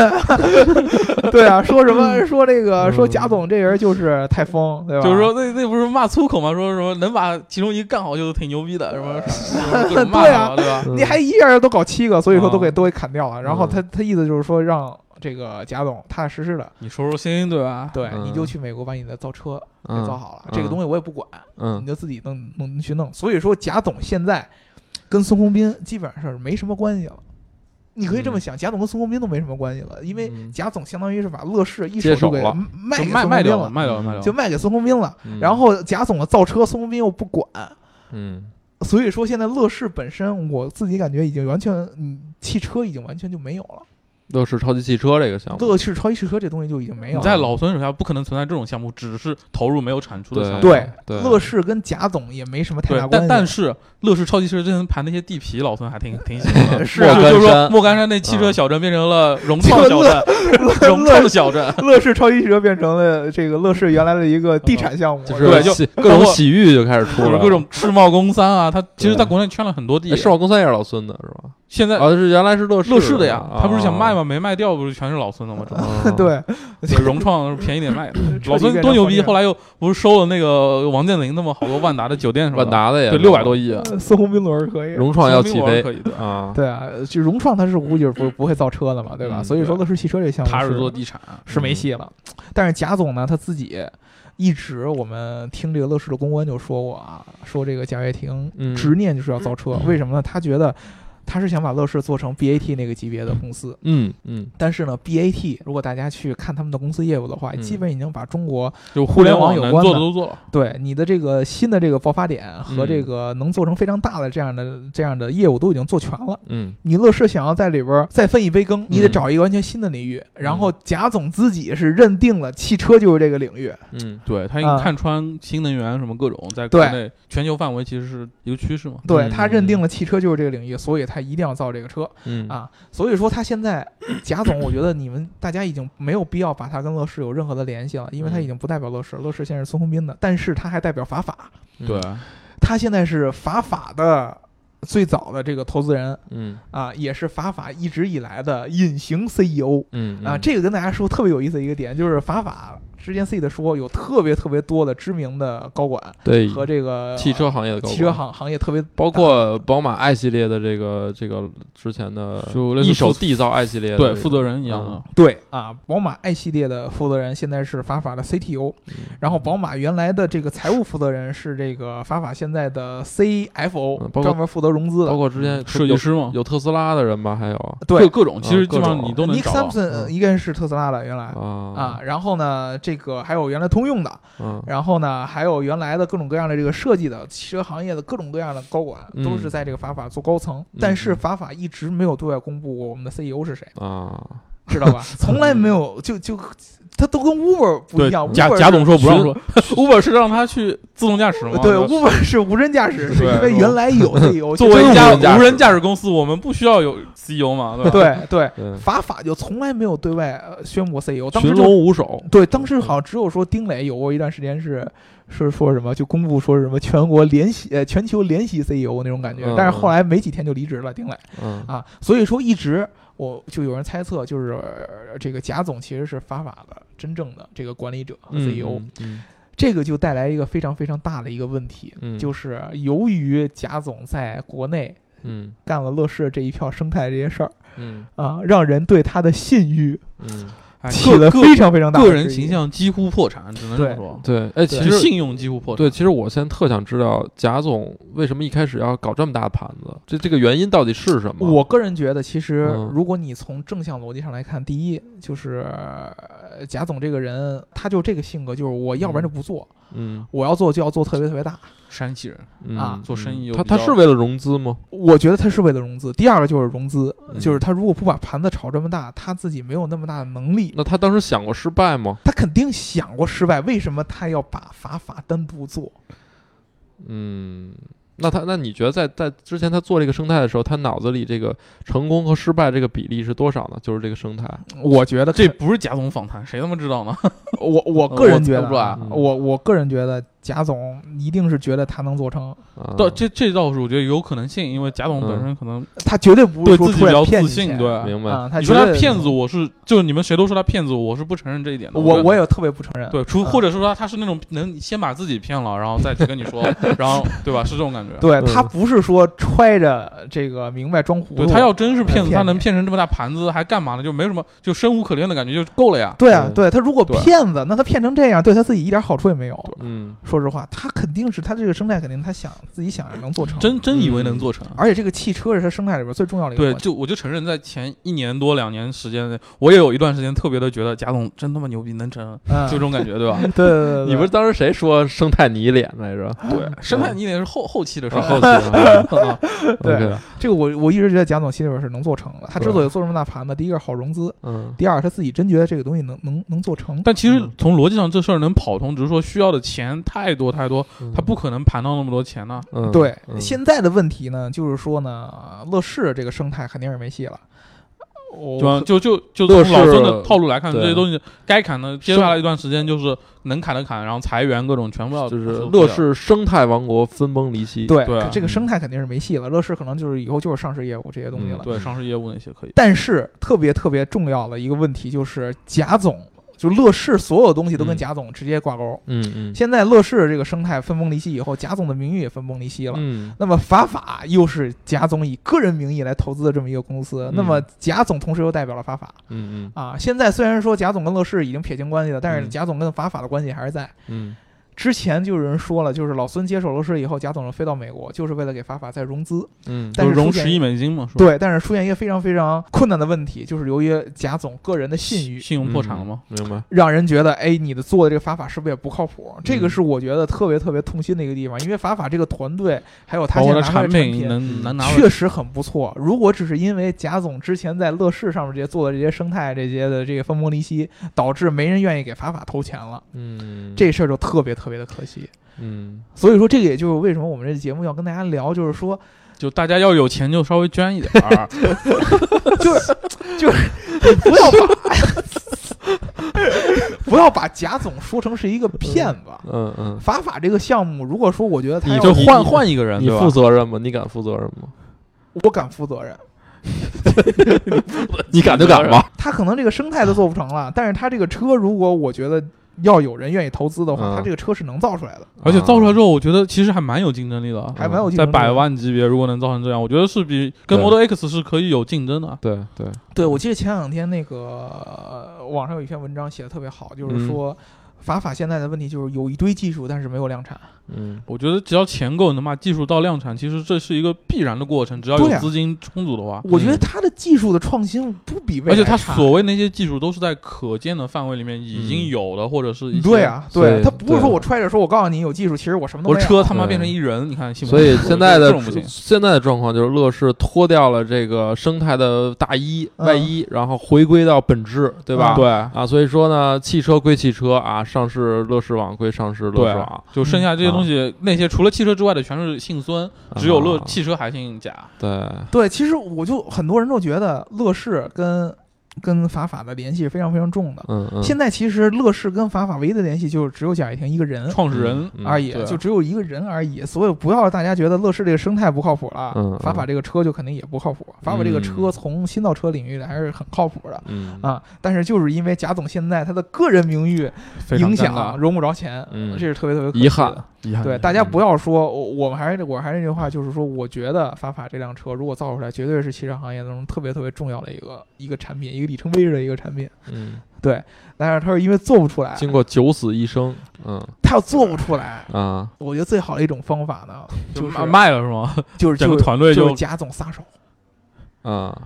对啊，说什么说这个嗯说贾总这人就是太疯，对吧？就是说那那不是骂粗口吗？说什么能把其中一个干好就是挺牛逼的，什么 什么各种骂对啊他嘛对吧？你还一人都搞七个，所以说都给啊都给砍掉了。然后嗯他他意思就是说让这个贾总踏踏实实的，你收收心，对吧？对，嗯你就去美国把你的造车给嗯造好了，嗯这个东西我也不管，嗯你就自己弄弄去弄。所以说贾总现在跟孙宏斌基本上是没什么关系了。你可以这么想，贾总跟孙宏斌都没什么关系了，因为嗯贾总相当于是把乐视一接手手就给了卖就给孙卖卖宏斌掉了，了，卖掉了，卖掉了。就卖给孙宏斌了。嗯然后贾总的造车，孙宏斌又不管，嗯所以说现在乐视本身，我自己感觉已经完全，嗯，汽车已经完全就没有了。乐视超级汽车这个项目，乐视超级汽车这东西就已经没有你了。在老孙手下不可能存在这种项目，只是投入没有产出的项目。对对乐视跟贾总也没什么太对大，关但系。但是乐视超级汽车之前盘那些地皮，老孙还挺挺喜欢的。是啊莫 干就是说山莫干山那汽车嗯小镇变成了融创小镇， 融乐创小镇。乐视超级汽车变成了这个乐视原来的一个地产项目，嗯就是对就喜包各种括洗浴就开始出就是了，各种世贸公三啊，他其实在国内圈了很多地哎。世贸公三也是老孙的是吧？现在啊，是原来是啊乐视乐视的呀，他不是想卖吗？吗？没卖掉，不是全是老孙的吗？这哦 对，，对融创是便宜点卖的彻底老孙多牛逼！变成后来又不是收了那个王健林的吗？好多万达的酒店什么万的，达的也对是六百多亿啊，呃孙宏斌轮儿可以。融创要起孙飞兴民我是可以的啊，对啊，就融创它是估计是不不会造车的嘛，对吧？嗯所以说乐视汽车这项目踏实是做地产。啊是没戏了。但是贾总呢，他自己一直我们听这个乐视的公关就说过啊，说这个贾跃亭嗯执念就是要造车，为什么呢？他觉得他是想把乐视做成 BAT 那个级别的公司，嗯嗯，但是呢，BAT 如果大家去看他们的公司业务的话，嗯基本已经把中国就互联网互联网有能关做的的都做了，对你的这个新的这个爆发点和嗯这个能做成非常大的这样的这样的业务都已经做全了。嗯你乐视想要在里边儿再分一杯羹，你得找一个完全新的领域。嗯然后贾总自己是认定了汽车就是这个领域，嗯对他已啊经看穿新能源什么各种，在对国内全球范围其实是一个趋势嘛。对嗯他认定了汽车就是这个领域，所以他一定要造这个车嗯啊。所以说他现在贾总，我觉得你们大家已经没有必要把他跟乐视有任何的联系了，因为他已经不代表乐视，乐视现在是孙宏斌的，嗯但是他还代表法法，嗯对，他现在是法法的最早的这个投资人嗯啊，也是法法一直以来的隐形 CEO。嗯啊，这个跟大家说特别有意思的一个点，就是法法之前 C 的说有特别特别多的知名的高管对和这个嗯汽车行业的高汽车。管行行业特别包括宝马 i 系列的这个这个之前的就类似一手负缔造 i 系列的对嗯这个负责人一样的，对啊，宝马 i 系列的负责人现在是法法的 CTO，嗯然后宝马原来的这个财务负责人是这个法法现在的 CFO，嗯包括专门负责融资包的。括之前嗯设计师嘛，嗯有特斯拉的人吧，还有对各各种，其啊实基各本上种你都能，Nick 找到。 Sampson 呃应该是特斯拉的原来嗯啊啊啊，然后呢，这个还有原来通用的，嗯然后呢，还有原来的各种各样的这个设计的汽车行业的各种各样的高管，嗯都是在这个法法做高层，嗯但是法法一直没有对外公布过我们的 CEO 是谁，啊，知 道吧？从来没有，就就他都跟 Uber 不对一样，贾 Uber 贾总说不让是 说，Uber 是让他去自动驾驶嘛？是对吧 Uber 是无人驾驶，对是因为原来有 CEO， 作就为是一无家人驾驶无人驾驶公司，我们不需要有 CEO 嘛， 对吧？对对。对，法法就从来没有对外呃宣布 CEO，当群时就龙无首，对，当时好像只有说丁磊有过一段时间是是说什么就公布说是什么全国联席呃全球联席 CEO 那种感觉，嗯但是后来没几天就离职了丁磊嗯啊，所以说一直我就有人猜测就是呃这个贾总其实是法法的真正的这个管理者和 CEO，、嗯嗯这个就带来一个非常非常大的一个问题，嗯就是由于贾总在国内嗯干了乐视这一票生态这些事儿嗯啊，让人对他的信誉嗯，哎起个了个非常非常大的个人质疑形象几乎破产，只能这对么说。对，哎，其就实信用几乎破产。对，其实我现在特想知道贾总为什么一开始要搞这么大的盘子，这这个原因到底是什么？我个人觉得，其实嗯如果你从正向逻辑上来看，第一就是呃贾总这个人，他就这个性格，就是我要不然就不做，嗯我要做就要做特别特别大。山西人嗯啊做生意又他比他较是为了融资吗？我觉得他是为了融资。第二个就是融资，嗯就是他如果不把盘子炒这么大，他自己没有那么大的能力。那他当时想过失败吗？他肯定想过失败，为什么他要把法法单独做？嗯，那他那你觉得在在之前他做这个生态的时候，他脑子里这个成功和失败这个比例是多少呢？就是这个生态，啊我觉得这不是贾总访谈，谁他妈知道呢？ 我我个人觉我猜不出嗯得啊嗯来啊，我我个人觉得贾总一定是觉得他能做成，啊到这这倒是我觉得有可能性，因为贾总本身可能他绝对不会对说自己出比来较骗自你信，钱对。明白，啊，他你绝说他对骗子，，我是就是你们谁都说他骗子，我是不承认这一点的。我觉得我也特别不承认。对，除嗯或者说他他是那种能先把自己骗了，然后再去跟你说， 然后对吧？是这种感觉。对嗯他不是说揣着这个明白装糊涂，对他要真是骗子，骗他能你骗成这么大盘子，还干嘛呢？就没什么，就生无可恋的感觉就够了呀。对啊，对对他如果对骗子，那他骗成这样，对他自己一点好处也没有。嗯说实话，他肯定是他这个生态肯定他想自己想着能做成，真真以为能做成？而且这个汽车是他生态里边最重要的一个对，环节。就我就承认，在前一年多两年时间内，我也有一段时间特别的觉得贾总真他妈牛逼，能成，嗯，就这种感觉，对吧？对对呃对对，你不是当时谁说生态泥脸来着？ 对，生态你得是后后期的事是儿， 后期啊啊对 OK，这个我我一直觉得贾总心里边是能做成的。他对之所以做这么大盘子，第一个是好融资，嗯第二他自己真觉得这个东西能能能做成。但其实嗯从逻辑上，这事儿能跑通，只是说需要的钱太多太多，嗯，他不可能盘到那么多钱呢。嗯对，嗯现在的问题呢，就是说呢，乐视这个生态肯定是没戏了。对吧我？就就就乐从老视孙的套路来看，对这些东西该砍的，接下来一段时间就是能砍的砍，然后裁员各种全部要就是处理乐掉视生态王国分崩离析。对对啊这个生态肯定是没戏了。乐视可能就是以后就是上市业务这些东西嗯了。对上市业务那些可以，但是特别特别重要的一个问题就是贾总，就乐视所有东西都跟嗯贾总直接挂钩。嗯嗯现在乐视这个生态分崩离析以后，贾总的名誉也分崩离析了。嗯那么法法又是贾总以个人名义来投资的这么一个公司，嗯那么贾总同时又代表了法法嗯嗯啊。现在虽然说贾总跟乐视已经撇清关系了，但是嗯贾总跟法法的关系还是在。嗯之前就有人说了，就是老孙接手乐视以后，贾总是飞到美国，就是为了给法法再融资。嗯但就是融出现十亿美金嘛，是吧？对，但是出现一个非常非常困难的问题，就是由于贾总个人的信誉，信用嗯破产了吗？？明白。让人觉得，哎，你的做的这个法法是不是也不靠谱？这嗯个是我觉得特别特别痛心的一个地方，因为法法这个团队还有他包现括在拿它出来的品品。能能拿到确实很不错。如果只是因为贾总之前在乐视上面这些做的这些生态这些的这个分崩离析，导致没人愿意给法法投钱了，嗯，这事儿就特别特别的可惜。嗯所以说，这个也就是为什么我们这节目要跟大家聊，就是说就大家要有钱就稍微捐一点儿，就是就是你 不要把不要把贾总说成是一个骗子。嗯嗯，法法这个项目，如果说我觉得他你要就你换换一个人，你啊对吧负责任吗？你敢负责任吗？我敢负责任，你敢就敢吧。他可能这个生态都做不成了，但是他这个车，如果我觉得要有人愿意投资的嗯话，他这个车是能造出来的，而且啊造出来之后，我觉得其实还蛮有竞争力的啊。还蛮有竞在争力的百。万级别，如果能造成这样，我觉得是比跟对 Model X 是可以有竞争的啊。对对，对，我记得前两天那个呃网上有一篇文章写的特别好，嗯就是说法法现在的问题就是有一堆技术，但是没有量产。嗯我觉得只要钱够，能把技术到量产，其实这是一个必然的过程。只要有对啊资金充足的话，我觉得他的技术的创新不比未嗯而来且它差所谓那些技术都是在可见的范围里面已经有的，或者是一些对，啊，所对以他不对是说我揣着说我告诉你有技术，其实我什么都我没有。车他妈对变成一人，你看新闻。所以现在这的种不行。现在的状况就是，乐视脱掉了这个生态的大衣嗯外衣，然后回归到本质，对吧？啊对啊，所以说呢，汽车归汽车啊，上市乐视网归上市乐视啊网，就剩下这些东西，那些除了汽车之外的全是姓孙，只有乐啊汽车还姓贾。对，对，其实我就很多人都觉得乐视跟跟法法的联系是非常非常重的。嗯嗯，现在其实乐视跟法法唯一的联系就是只有贾跃亭一个人创始人嗯而已对，就只有一个人而已。所以不要大家觉得乐视这个生态不靠谱了嗯嗯，法法这个车就肯定也不靠谱。法法这个车嗯从新造车领域里还是很靠谱的。嗯啊！但是就是因为贾总现在他的个人名誉非常影尴尬响，容不着钱，嗯这是特别特别可惜遗的憾，遗憾对，大家不要说，我我们还是我还是那句话，就是说，我觉得法法这辆车如果造出来，绝对是汽车行业当中特别特别重要的一个一个产品，一个里程碑式的一个产品。嗯，但是它是因为做不出来，经过九死一生，嗯它要做不出来，啊，我觉得最好的一种方法呢，就就是卖卖了是吗？就是整个就是团队就就是贾总撒手，啊，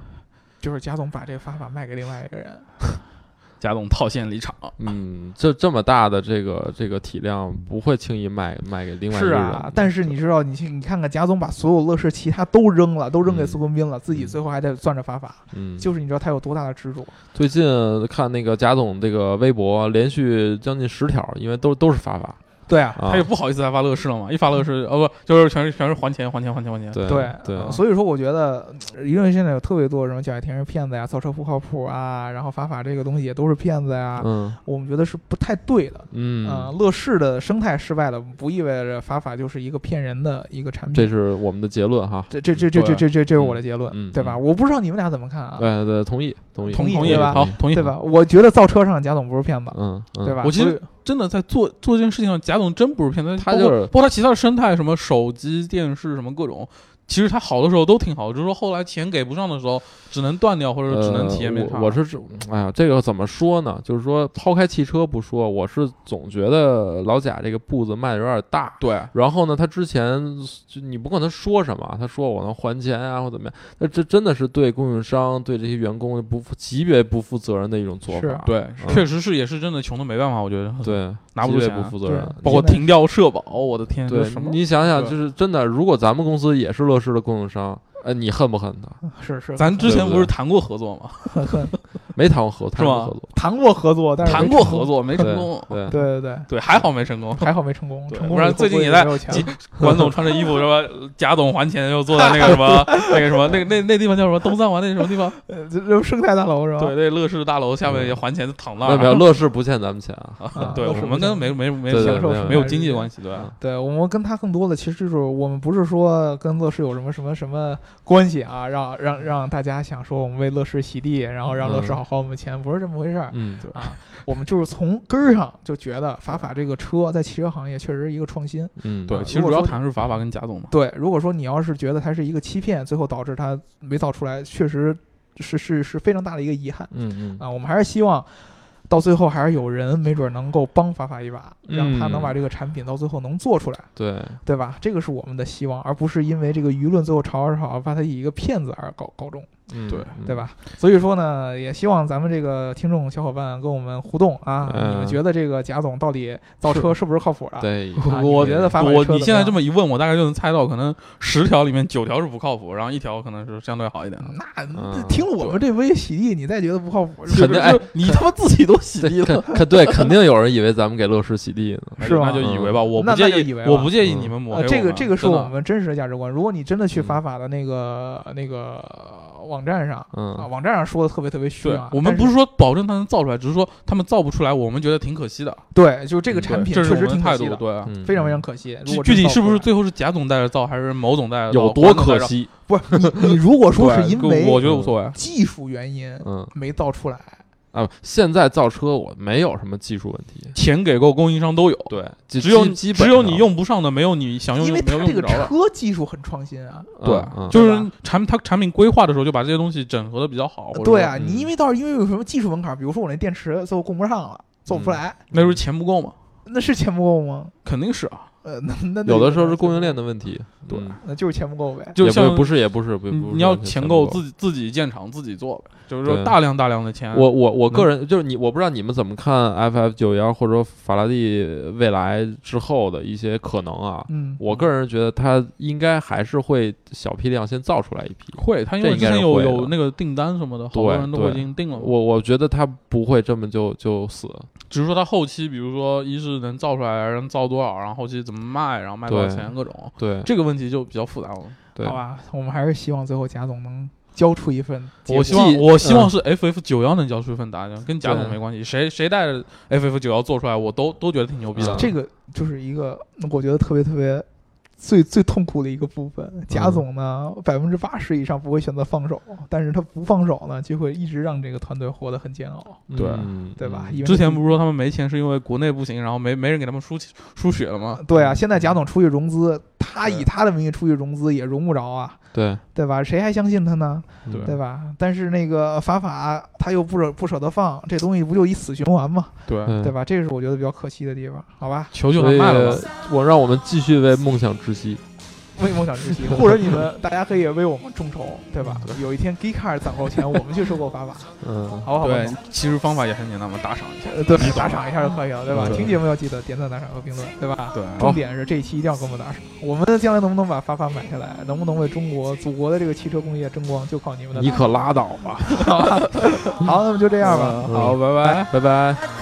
就是贾总把这个法法卖给另外一个人。贾总套现离场。嗯，这这么大的这个这个体量不会轻易卖卖给另外一个是人嗯啊，但是你知道，你去你看看贾总把所有乐视其他都扔了，都扔给嗯苏文斌了，自己最后还得攥着法法，嗯，就是你知道他有多大的执着。最近看那个贾总这个微博，连续将近十条，因为都都是法法，对 啊，啊他也不好意思再发乐视了嘛，一发乐视，哦不，就是全是全是还钱还钱还钱还钱。对对对呃所以说我觉得呃舆论现在有特别多什么贾跃亭是骗子呀，造车不靠谱啊，然后法法这个东西也都是骗子呀，嗯我们觉得是不太对的。啊呃嗯，乐视的生态失败了，不意味着法法就是一个骗人的一个产这品。是我们的结论哈。这这这这这对这这这是我的结论，嗯嗯对吧？我不知道你们俩怎么看啊，哎对呃对，同意同意同意同对吧好，同意对？吧？我觉得造车上贾总不是骗子，嗯嗯，对吧？我其所实以真的在做做这件事情上，贾总真不是骗子，他包括就是包括他其他的生态，什么手机、电视，什么各种，其实他好的时候都挺好，只是说后来钱给不上的时候，只能断掉，或者说只能体验变差。呃我。我是指，哎呀，这个怎么说呢？就是说，抛开汽车不说，我是总觉得老贾这个步子迈的有点大。对，然后呢，他之前就你不管他说什么，他说我能还钱啊，或怎么样，那这真的是对供应商、对这些员工不负级别不负责任的一种做是法。对，嗯确实是也是真的穷的没办法，我觉得。，对，嗯拿不级出别钱啊不负责任对，你包括停掉社保，我的天，这对什么？你想想，对就是真的，如果咱们公司也是乐视的供应商，呃，你恨不恨他？是是，咱之前对不是谈过合作吗？很很没谈过合作，是吗谈过合作，谈过合作，但是没谈过成功合，作没成对功，对对对对，对，还好没成功。还好没成功，对成功不然了以后最近估计也在没有啊钱几管总穿着衣服什么，贾总还钱又坐在那个什么那个什么那个那那地方叫什么东三环那什么地方？ 呃这这生态大楼是吧？对，那乐视大楼下面也还钱躺那那儿。嗯没有，乐视不欠咱们钱啊。啊 对都是我们这跟样没没没对有对嗯享受没有生没有态经济日子关系，对啊吧对我们跟他更多的其实就是我们不是说跟乐视有什么什么什么关系啊，让让让大家想说我们为乐视洗地，然后让乐视嗯好还我们钱，不是这么回事儿。嗯，啊，我们就是从根儿上就觉得法法这个车在汽车行业确实是一个创新。嗯，对，啊其实如果主要说谈的是法法跟贾总嘛。对，如果说你要是觉得它是一个欺骗，最后导致它没造出来，确实是是是非常大的一个遗憾嗯嗯啊。我们还是希望到最后还是有人没准能够帮法法一把，让他能嗯把这个产品到最后能做出来。对，对吧？这个是我们的希望，而不是因为这个舆论最后吵吵吵，把他以一个骗子而搞搞中，嗯对对？吧？所以说呢，也希望咱们这个听众小伙伴跟我们互动啊，你们嗯觉得这个贾总到底造车是不是靠谱的？嗯 对，啊我你觉得法法我车怎你现在样这么一问，我大概就能猜到，可能十条里面九条是不靠谱，然后一条可能是相对好一点的。那嗯听了我们这微洗地，你再觉得不靠谱，肯定哎就是你他妈自己都洗地对 了，肯肯对，肯定有人以为咱们给乐视洗地呢。那是就吗那就以为吧，我那不那介就意以为，我吧不介意嗯你们抹黑呃，我这个们这个是真的我们真实的价值观。如果你真的去嗯法法的那个那个网站上啊，嗯，网站上说的特别特别虚对啊，，我们但不是说保证他能造出来，只是说他们造不出来，我们觉得挺可惜的。对，就这个嗯产品这确是我实们的挺可态惜度，的，对啊。嗯非常非常可惜。如具果具真造体是不出是来最后是贾总带着造，还是某总带着造？有多可惜？不是你， 你如果说黄总带着造？是因对我为嗯觉得无所谓。技术原因嗯没造出来，啊，现在造车我没有什么技术问题，钱给够，供应商都有，对，只有基基本只有上你用不上的，没有你想用因为没有它这用个不着的。车技术很创新啊。对嗯，嗯，就是产品，它产品规划的时候就把这些东西整合的比较好。或者对啊，嗯你因为倒是因为有什么技术门槛，比如说我那电池最后供不上嗯了，做不出来，说，那时候钱不够嘛，那是钱不够吗？ 肯定是啊。呃，那那有的时候是供应链，的问题，对嗯那就是钱不够呗。就也像不不是也不是，不你不是你要完全钱全够，不自己自己建厂自己做呗，就是说对啊大嗯量大量的钱。我我我个人就是你，我不知道你们怎么看 FF 九幺或者说法拉利未来之后的一些可能啊。嗯，我个人觉得它应该还是会小批量先造出来一批。会，他因这为应之该前是有会的有那个订单什么的，好多对人都会对已经定了嘛。我我觉得它不会这么就就死。只是说它后期，比如说一是能造出来，然后造多少，然后后期怎么卖，然后卖多少对钱，各种对这个问题就比较复杂了。对好，吧，我们还是希望最后贾总能交出一份结果。我希嗯望既我希望是 FF 九幺能交出一份答案，跟贾总对没关系，谁谁带着 FF 九幺做出来，我都都觉得挺牛逼的。嗯这个就是一个我觉得特别特别最最痛苦的一个部分。贾总呢，百分之八十以上不会选择放手，但是他不放手呢，就会一直让这个团队活得很煎熬，对嗯对吧？嗯因为之前不是说他们没钱是因为国内不行，然后没没人给他们输输血了吗？对啊，现在贾总出去融资，他以对他的名义出去融资也融不着啊，对对吧？谁还相信他呢？嗯对对吧？但是那个法法他又不舍不舍得放，这东西不就一死循环吗？对，嗯对吧？这是我觉得比较可惜的地方，好吧？求求他所以卖了吧。我让我们继续为梦想窒息。为梦想之息，或者你们大家可以为我们众筹，对吧？有一天 Geekcar 攒够钱，我们去收购法法，嗯，好不好？对，其实方法也很简单嘛，打赏一下。呃对，打赏一下就可以了，对吧？对听节目要记得点赞、打赏和评论，对吧？对，重点是这一期一定要给我们打赏。我们将来能不能把法法买下来，能不能为中国、祖国的这个汽车工业争光，就靠你们的你打赏。可拉倒吧，好吧，好，那么就这样吧。嗯好，拜拜。拜拜。 I